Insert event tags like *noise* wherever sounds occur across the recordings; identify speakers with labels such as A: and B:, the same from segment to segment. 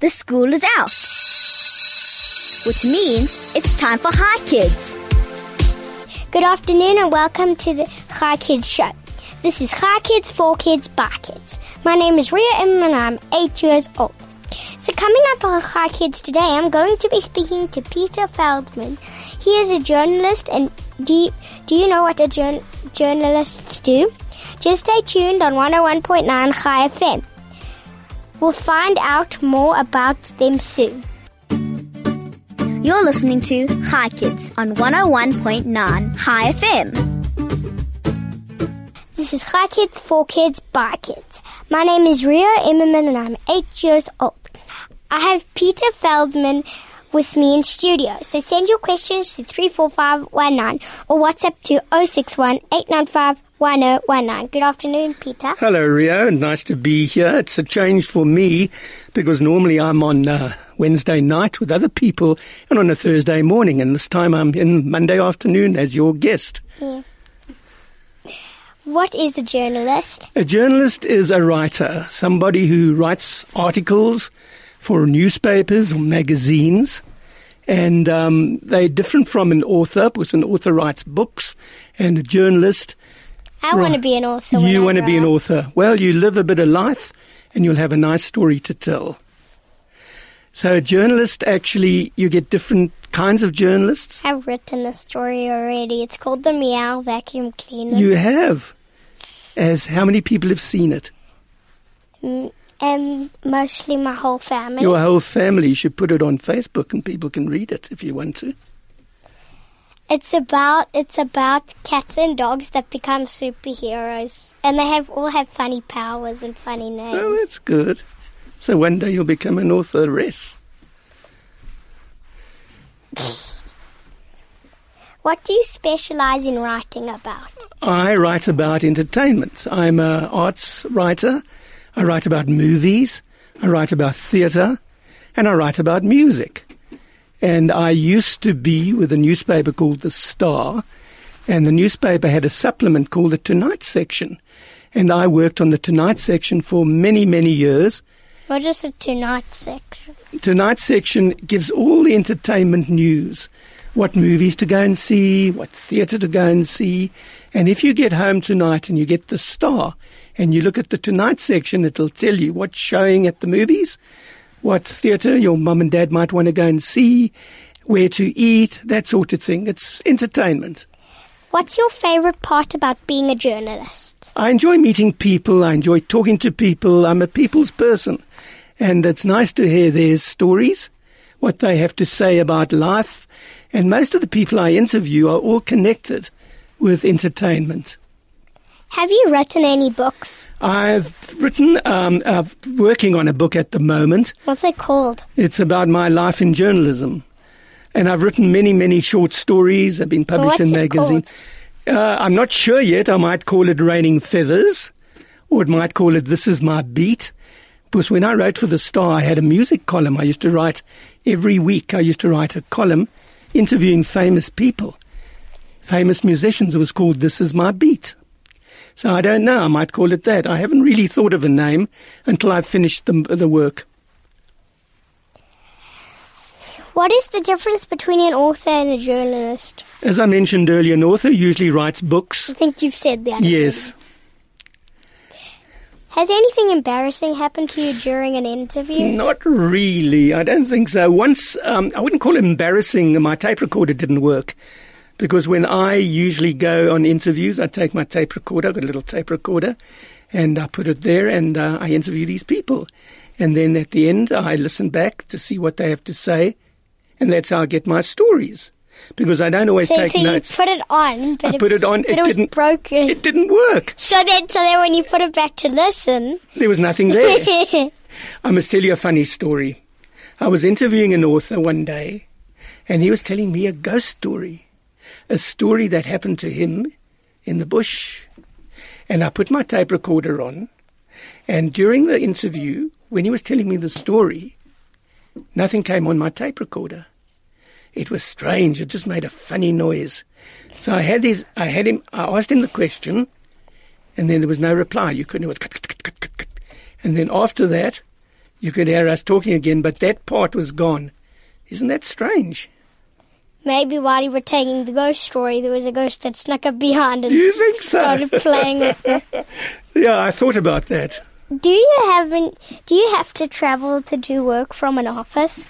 A: the school is out. Which means it's time for Hi Kids.
B: Good afternoon and welcome to the Hi Kids Show. This is Hi Kids for Kids by Kids. My name is Ria M and I'm eight years old. So coming up on Hi Kids today, I'm going to be speaking to Peter Feldman. He is a journalist and do you, do you know what a jour- journalists do? Just stay tuned on 101.9 High FM. We'll find out more about them soon.
A: You're listening to Hi Kids on 101.9 Hi FM.
B: This is Hi Kids for Kids by Kids. My name is Rio Immerman and I'm eight years old. I have Peter Feldman with me in studio, so send your questions to 34519 or WhatsApp to 061 895 1019. Good afternoon, Peter.
C: Hello, Rio. Nice to be here. It's a change for me because normally I'm on uh, Wednesday night with other people and on a Thursday morning, and this time I'm in Monday afternoon as your guest.
B: What is a journalist?
C: A journalist is a writer, somebody who writes articles for newspapers or magazines. And um, they're different from an author because an author writes books, and a journalist
B: I want to be an author. when
C: you
B: I
C: want to
B: grow
C: be an
B: up.
C: author. Well, you live a bit of life and you'll have a nice story to tell. So, a journalist actually, you get different kinds of journalists.
B: I've written a story already. It's called The Meow Vacuum Cleaner.
C: You have, as how many people have seen it?
B: Um, mostly my whole family.
C: Your whole family should put it on Facebook and people can read it if you want to.
B: It's about it's about cats and dogs that become superheroes, and they have all have funny powers and funny names.
C: Oh, that's good. So, one day you'll become an authoress.
B: What do you specialize in writing about?
C: I write about entertainment. I'm a arts writer. I write about movies. I write about theatre, and I write about music. And I used to be with a newspaper called The Star, and the newspaper had a supplement called the Tonight section. And I worked on the Tonight section for many, many years.
B: What is the tonight section?
C: Tonight section gives all the entertainment news. What movies to go and see, what theatre to go and see. And if you get home tonight and you get the star and you look at the Tonight section, it'll tell you what's showing at the movies, what theatre your mum and dad might want to go and see, where to eat, that sort of thing. It's entertainment.
B: What's your favorite part about being a journalist?
C: I enjoy meeting people. I enjoy talking to people. I'm a people's person. And it's nice to hear their stories, what they have to say about life. And most of the people I interview are all connected with entertainment.
B: Have you written any books?
C: I've written, um, I'm working on a book at the moment.
B: What's it called?
C: It's about my life in journalism. And I've written many, many short stories. They've been published in
B: What's it
C: magazines. Uh, I'm not sure yet. I might call it Raining Feathers, or it might call it This Is My Beat. Because when I wrote for The Star, I had a music column I used to write every week. I used to write a column interviewing famous people, famous musicians. It was called This Is My Beat. So I don't know. I might call it that. I haven't really thought of a name until I've finished the, the work.
B: What is the difference between an author and a journalist?
C: As I mentioned earlier, an author usually writes books.
B: I think you've said that.
C: Yes.
B: Has anything embarrassing happened to you during an interview?
C: Not really. I don't think so. Once, um, I wouldn't call it embarrassing. My tape recorder didn't work because when I usually go on interviews, I take my tape recorder, I've got a little tape recorder, and I put it there and uh, I interview these people. And then at the end, I listen back to see what they have to say, and that's how I get my stories because I don't always
B: So,
C: take
B: so you
C: notes.
B: put it on, but
C: I
B: it
C: put
B: was,
C: it on,
B: but
C: it
B: it, was
C: didn't-
B: broken.
C: It didn't work.
B: so then, so then when you put it back to listen,
C: There was nothing there.
B: *laughs*
C: I must tell you a funny story. I was interviewing an author one day, and he was telling me a ghost story, a story that happened to him in the bush. And I put my tape recorder on, and during the interview, when he was telling me the story, nothing came on my tape recorder. It was strange. It just made a funny noise. So I had his, I had him, I asked him the question, and then there was no reply. You couldn't. It was, and then after that, you could hear us talking again, but that part was gone. Isn't that strange?
B: Maybe while you were taking the ghost story, there was a ghost that snuck up behind and
C: You think so?
B: started playing
C: *laughs*
B: with the.
C: Yeah, I thought about that.
B: Do you have an, Do you have to travel to do work from an office?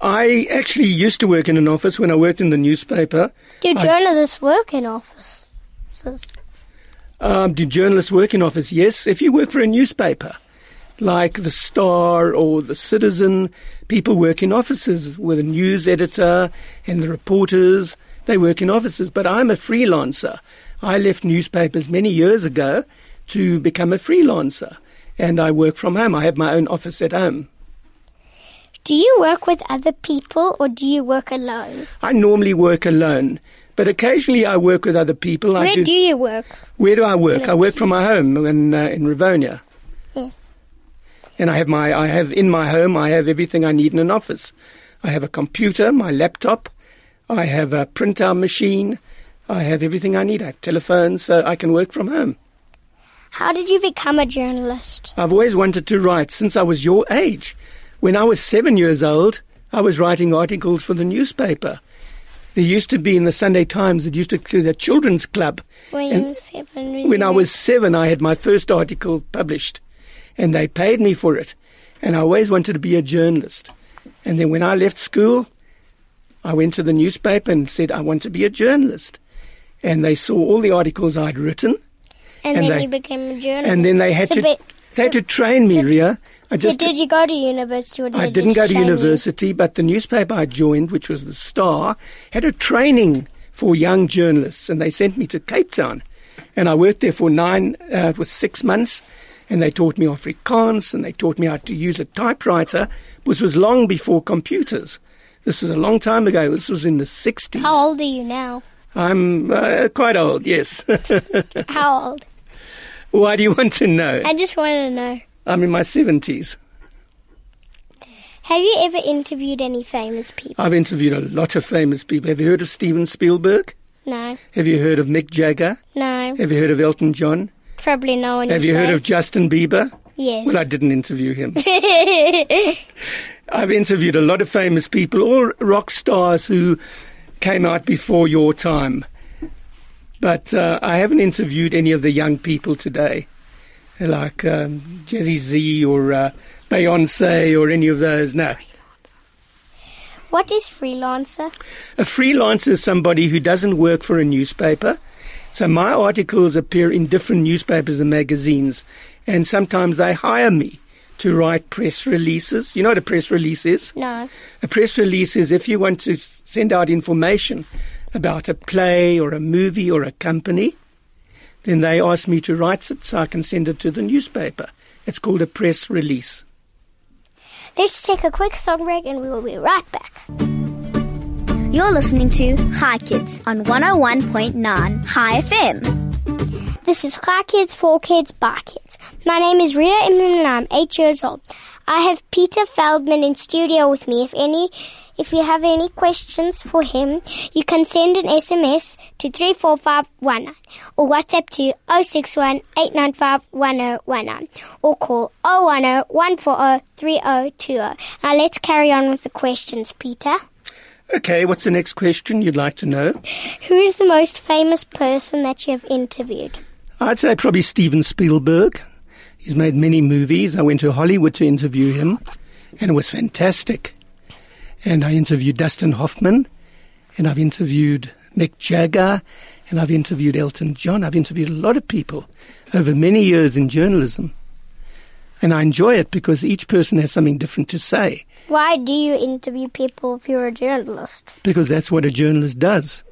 C: I actually used to work in an office when I worked in the newspaper.
B: Do
C: I-
B: journalists work in offices?
C: Um, do journalists work in office? Yes. If you work for a newspaper, like the Star or the Citizen, people work in offices with a news editor and the reporters. They work in offices. But I'm a freelancer. I left newspapers many years ago to become a freelancer, and I work from home. I have my own office at home.
B: Do you work with other people or do you work alone?
C: I normally work alone, but occasionally I work with other people. I
B: Where do you work?
C: Where do I work? I work from my home in uh, in Rivonia.
B: Yeah.
C: And I have my I have in my home I have everything I need in an office. I have a computer, my laptop, I have a printout machine, I have everything I need. I have telephones, so I can work from home.
B: How did you become a journalist?
C: I've always wanted to write since I was your age. When I was seven years old, I was writing articles for the newspaper. There used to be in the Sunday Times, it used to be the children's club.
B: When
C: And-
B: you were seven, was
C: When
B: you
C: I was seven, I had my first article published, and they paid me for it. And I always wanted to be a journalist. And then when I left school, I went to the newspaper and said, I want to be a journalist. And they saw all the articles I'd written,
B: and,
C: and
B: then
C: they-
B: you became a journalist.
C: and then they had
B: So
C: to
B: ba-
C: they had to train me,
B: so-
C: Ria. I
B: so did you go to university or did
C: I
B: you
C: didn't go to
B: train you?
C: university, but the newspaper I joined, which was the Star, had a training for young journalists, and they sent me to Cape Town, and I worked there for nine, uh, it was six months, and they taught me Afrikaans, and they taught me how to use a typewriter, which was long before computers. This was a long time ago. This was in the sixties.
B: How old are you
C: *laughs*
B: now?
C: I'm uh, quite old. Yes. *laughs*
B: How old?
C: Why do you want to know?
B: I just wanted to know.
C: I'm in my seventies.
B: Have you ever interviewed any famous people?
C: I've interviewed a lot of famous people. Have you heard of Steven Spielberg?
B: No,
C: Have you heard of Mick Jagger?
B: no,
C: Have you heard of Elton John?
B: probably no one.
C: Have you heard
B: said.
C: of Justin Bieber?
B: Yes.
C: Well, I didn't interview him. I've interviewed a lot of famous people, all rock stars who came out before your time. But uh, I haven't interviewed any of the young people today, like um, Jazzy Z or uh, Beyonce or any of those. No.
B: *laughs* what is freelancer?
C: A freelancer is somebody who doesn't work for a newspaper. So my articles appear in different newspapers and magazines, and sometimes they hire me to write press releases. You know what a press release is?
B: No.
C: A press release is if you want to send out information about a play or a movie or a company, then they ask me to write it so I can send it to the newspaper. It's called a press release.
B: Let's take a quick song break and we will be right back.
A: You're listening to Hi Kids on 101.9 Hi FM.
B: This is Hi Kids for Kids by Kids. My name is Ria Imran and I'm eight years old. I have Peter Feldman in studio with me. If any, if you have any questions for him, you can send an SMS to three four five one nine or WhatsApp to 061 895 1019 or call 010 140 3020. Now let's carry on with the questions, Peter.
C: Okay, what's the next question you'd like to know?
B: Who is the most famous person that you have interviewed?
C: I'd say probably Steven Spielberg. He's made many movies. I went to Hollywood to interview him, and it was fantastic. And I interviewed Dustin Hoffman, and I've interviewed Mick Jagger, and I've interviewed Elton John. I've interviewed a lot of people over many years in journalism. And I enjoy it because each person has something different to say,
B: Why do you interview people if you're a journalist?
C: because that's what a journalist does.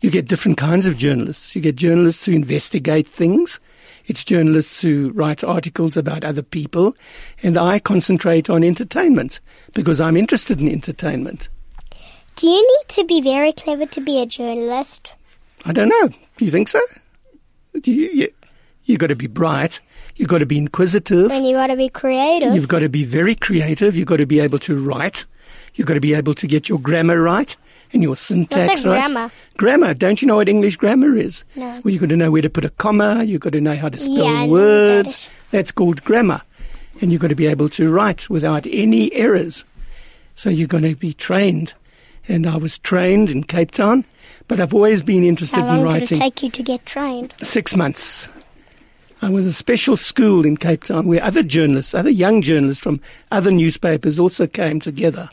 C: You get different kinds of journalists. You get journalists who investigate things. It's journalists who write articles about other people. And I concentrate on entertainment because I'm interested in entertainment.
B: Do you need to be very clever to be a journalist?
C: I don't know. Do you think so? Do you, you, you've got to be bright. You've got to be inquisitive.
B: Then you got to be creative.
C: You've got to be very creative. You've got to be able to write. You've got to be able to get your grammar right and your syntax
B: What's a
C: right.
B: grammar?
C: Grammar. Don't you know what English grammar is?
B: No.
C: Well, you've got to know where to put a comma. You've got to know how to
B: Yeah,
C: spell
B: I know
C: words.
B: that.
C: That's called grammar. and you've got to be able to write without any errors. So you're going to be trained. And I was trained in Cape Town, but I've always been interested
B: How long
C: in
B: did
C: writing.
B: it take you to get trained?
C: Six months. I was at a special school in Cape Town where other journalists, other young journalists from other newspapers also came together.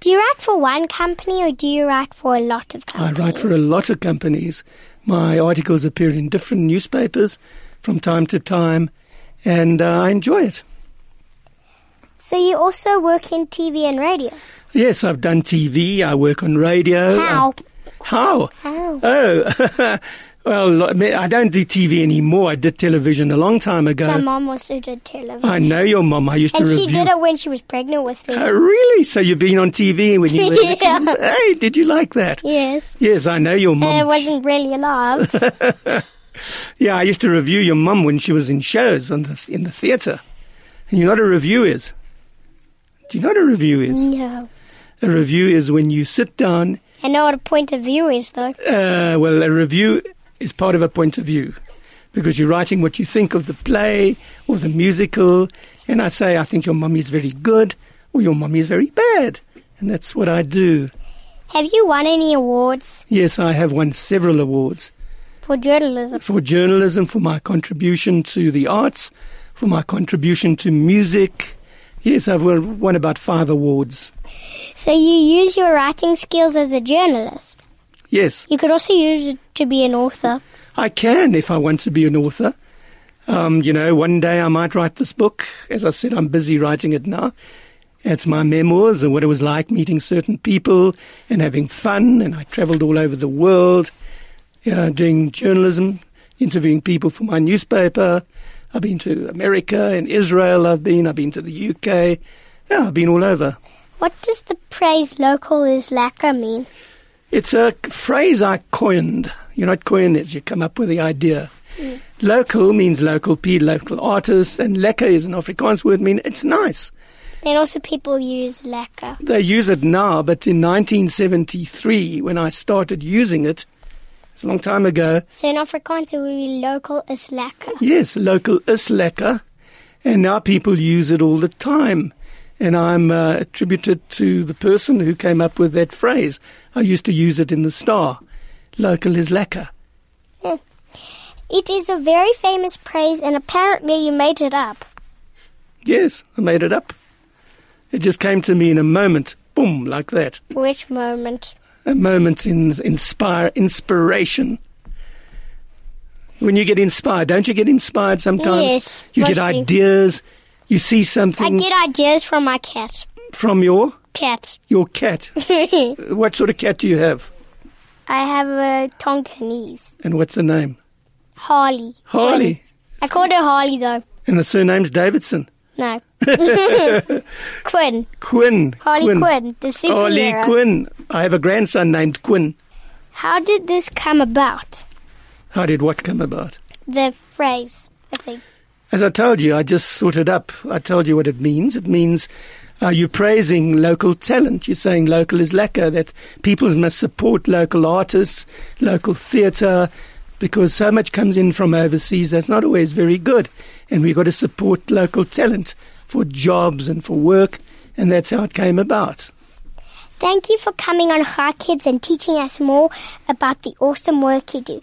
B: Do you write for one company or do you write for a lot of
C: I
B: companies?
C: write for a lot of companies. My articles appear in different newspapers from time to time, and uh, I enjoy it.
B: So you also work in TV and radio.
C: Yes, I've done TV, I work on radio.
B: How?
C: I- how?
B: How?
C: Oh, *laughs* well, I mean, I don't do TV anymore. I did television a long time
B: My
C: ago.
B: mom also did television.
C: uh, I know your mum. I used
B: and
C: to
B: she
C: review.
B: did it when she was pregnant with me.
C: Oh, really? So you've been on TV
B: *laughs*
C: when you were.
B: Yeah.
C: little? Hey, did you like that?
B: yes.
C: Yes, I know your
B: And
C: mum.
B: it wasn't really
C: *laughs*
B: love.
C: Yeah, I used to review your mum when she was in shows on the, in the theatre. And you know what a review is? Do you know what a review is?
B: no.
C: A review is when you sit down.
B: I know what a point of view is, though.
C: Uh, well, a review is part of a point of view because you're writing what you think of the play or the musical. And I say, I think your mummy is very good or your mummy is very bad. And that's what I do.
B: Have you won any awards
C: Yes, I have won several awards.
B: for journalism?
C: for journalism, for my contribution to the arts, for my contribution to music. Yes, I've won won about five awards.
B: So you use your writing skills as a journalist.
C: Yes,
B: You could also use it to be an author.
C: I can if I want to be an author. Um, you know, one day I might write this book. As I said, I'm busy writing it now. It's my memoirs and what it was like meeting certain people and having fun. And I traveled all over the world uh, doing journalism, interviewing people for my newspaper. I've been to America and Israel, I've been, I've been to the UK. Yeah, I've been all over.
B: What does the phrase local is lacquer mean?
C: It's a phrase I coined. You know what coin is? You come up with the idea. Local means local pe local artists, and lekker is an Afrikaans word mean it's nice.
B: And also people use lacquer.
C: They use it now, but in 1973, when I started using it, it's a long time ago,
B: So in Afrikaans it would be local is lacquer.
C: yes, local is lekker, and now people use it all the time. And I'm uh, attributed to the person who came up with that phrase. I used to use it in the Star. Local is lekker.
B: It is a very famous phrase and apparently you made it up.
C: Yes, I made it up. It just came to me in a moment, boom, like that.
B: Which moment?
C: A moment in inspire inspiration. When you get inspired, don't you get inspired sometimes?
B: Yes,
C: you get
B: mostly.
C: ideas. You see
B: I
C: something
B: get ideas from my cat.
C: from your
B: Cat. *laughs*
C: your cat.
B: I
C: what sort of cat do you have,
B: have a Tonkinese.
C: and what's the name?
B: Harley.
C: Harley,
B: I called her Harley though.
C: and the surname's Davidson. *laughs*
B: No. *laughs* Quinn.
C: Quinn.
B: Harley Quinn,
C: Quinn.
B: the superhero.
C: Harley Quinn. I have a grandson named Quinn.
B: How did this come about?
C: How did what come about?
B: The phrase, I think.
C: As I told you, I just thought it up. I told you what it means. It means uh, you're praising local talent. You're saying local is lacquer, that people must support local artists, local theatre, because so much comes in from overseas that's not always very good. And we've got to support local talent for jobs and for work. And that's how it came about.
B: Thank you for coming on Hi Kids and teaching us more about the awesome work you do.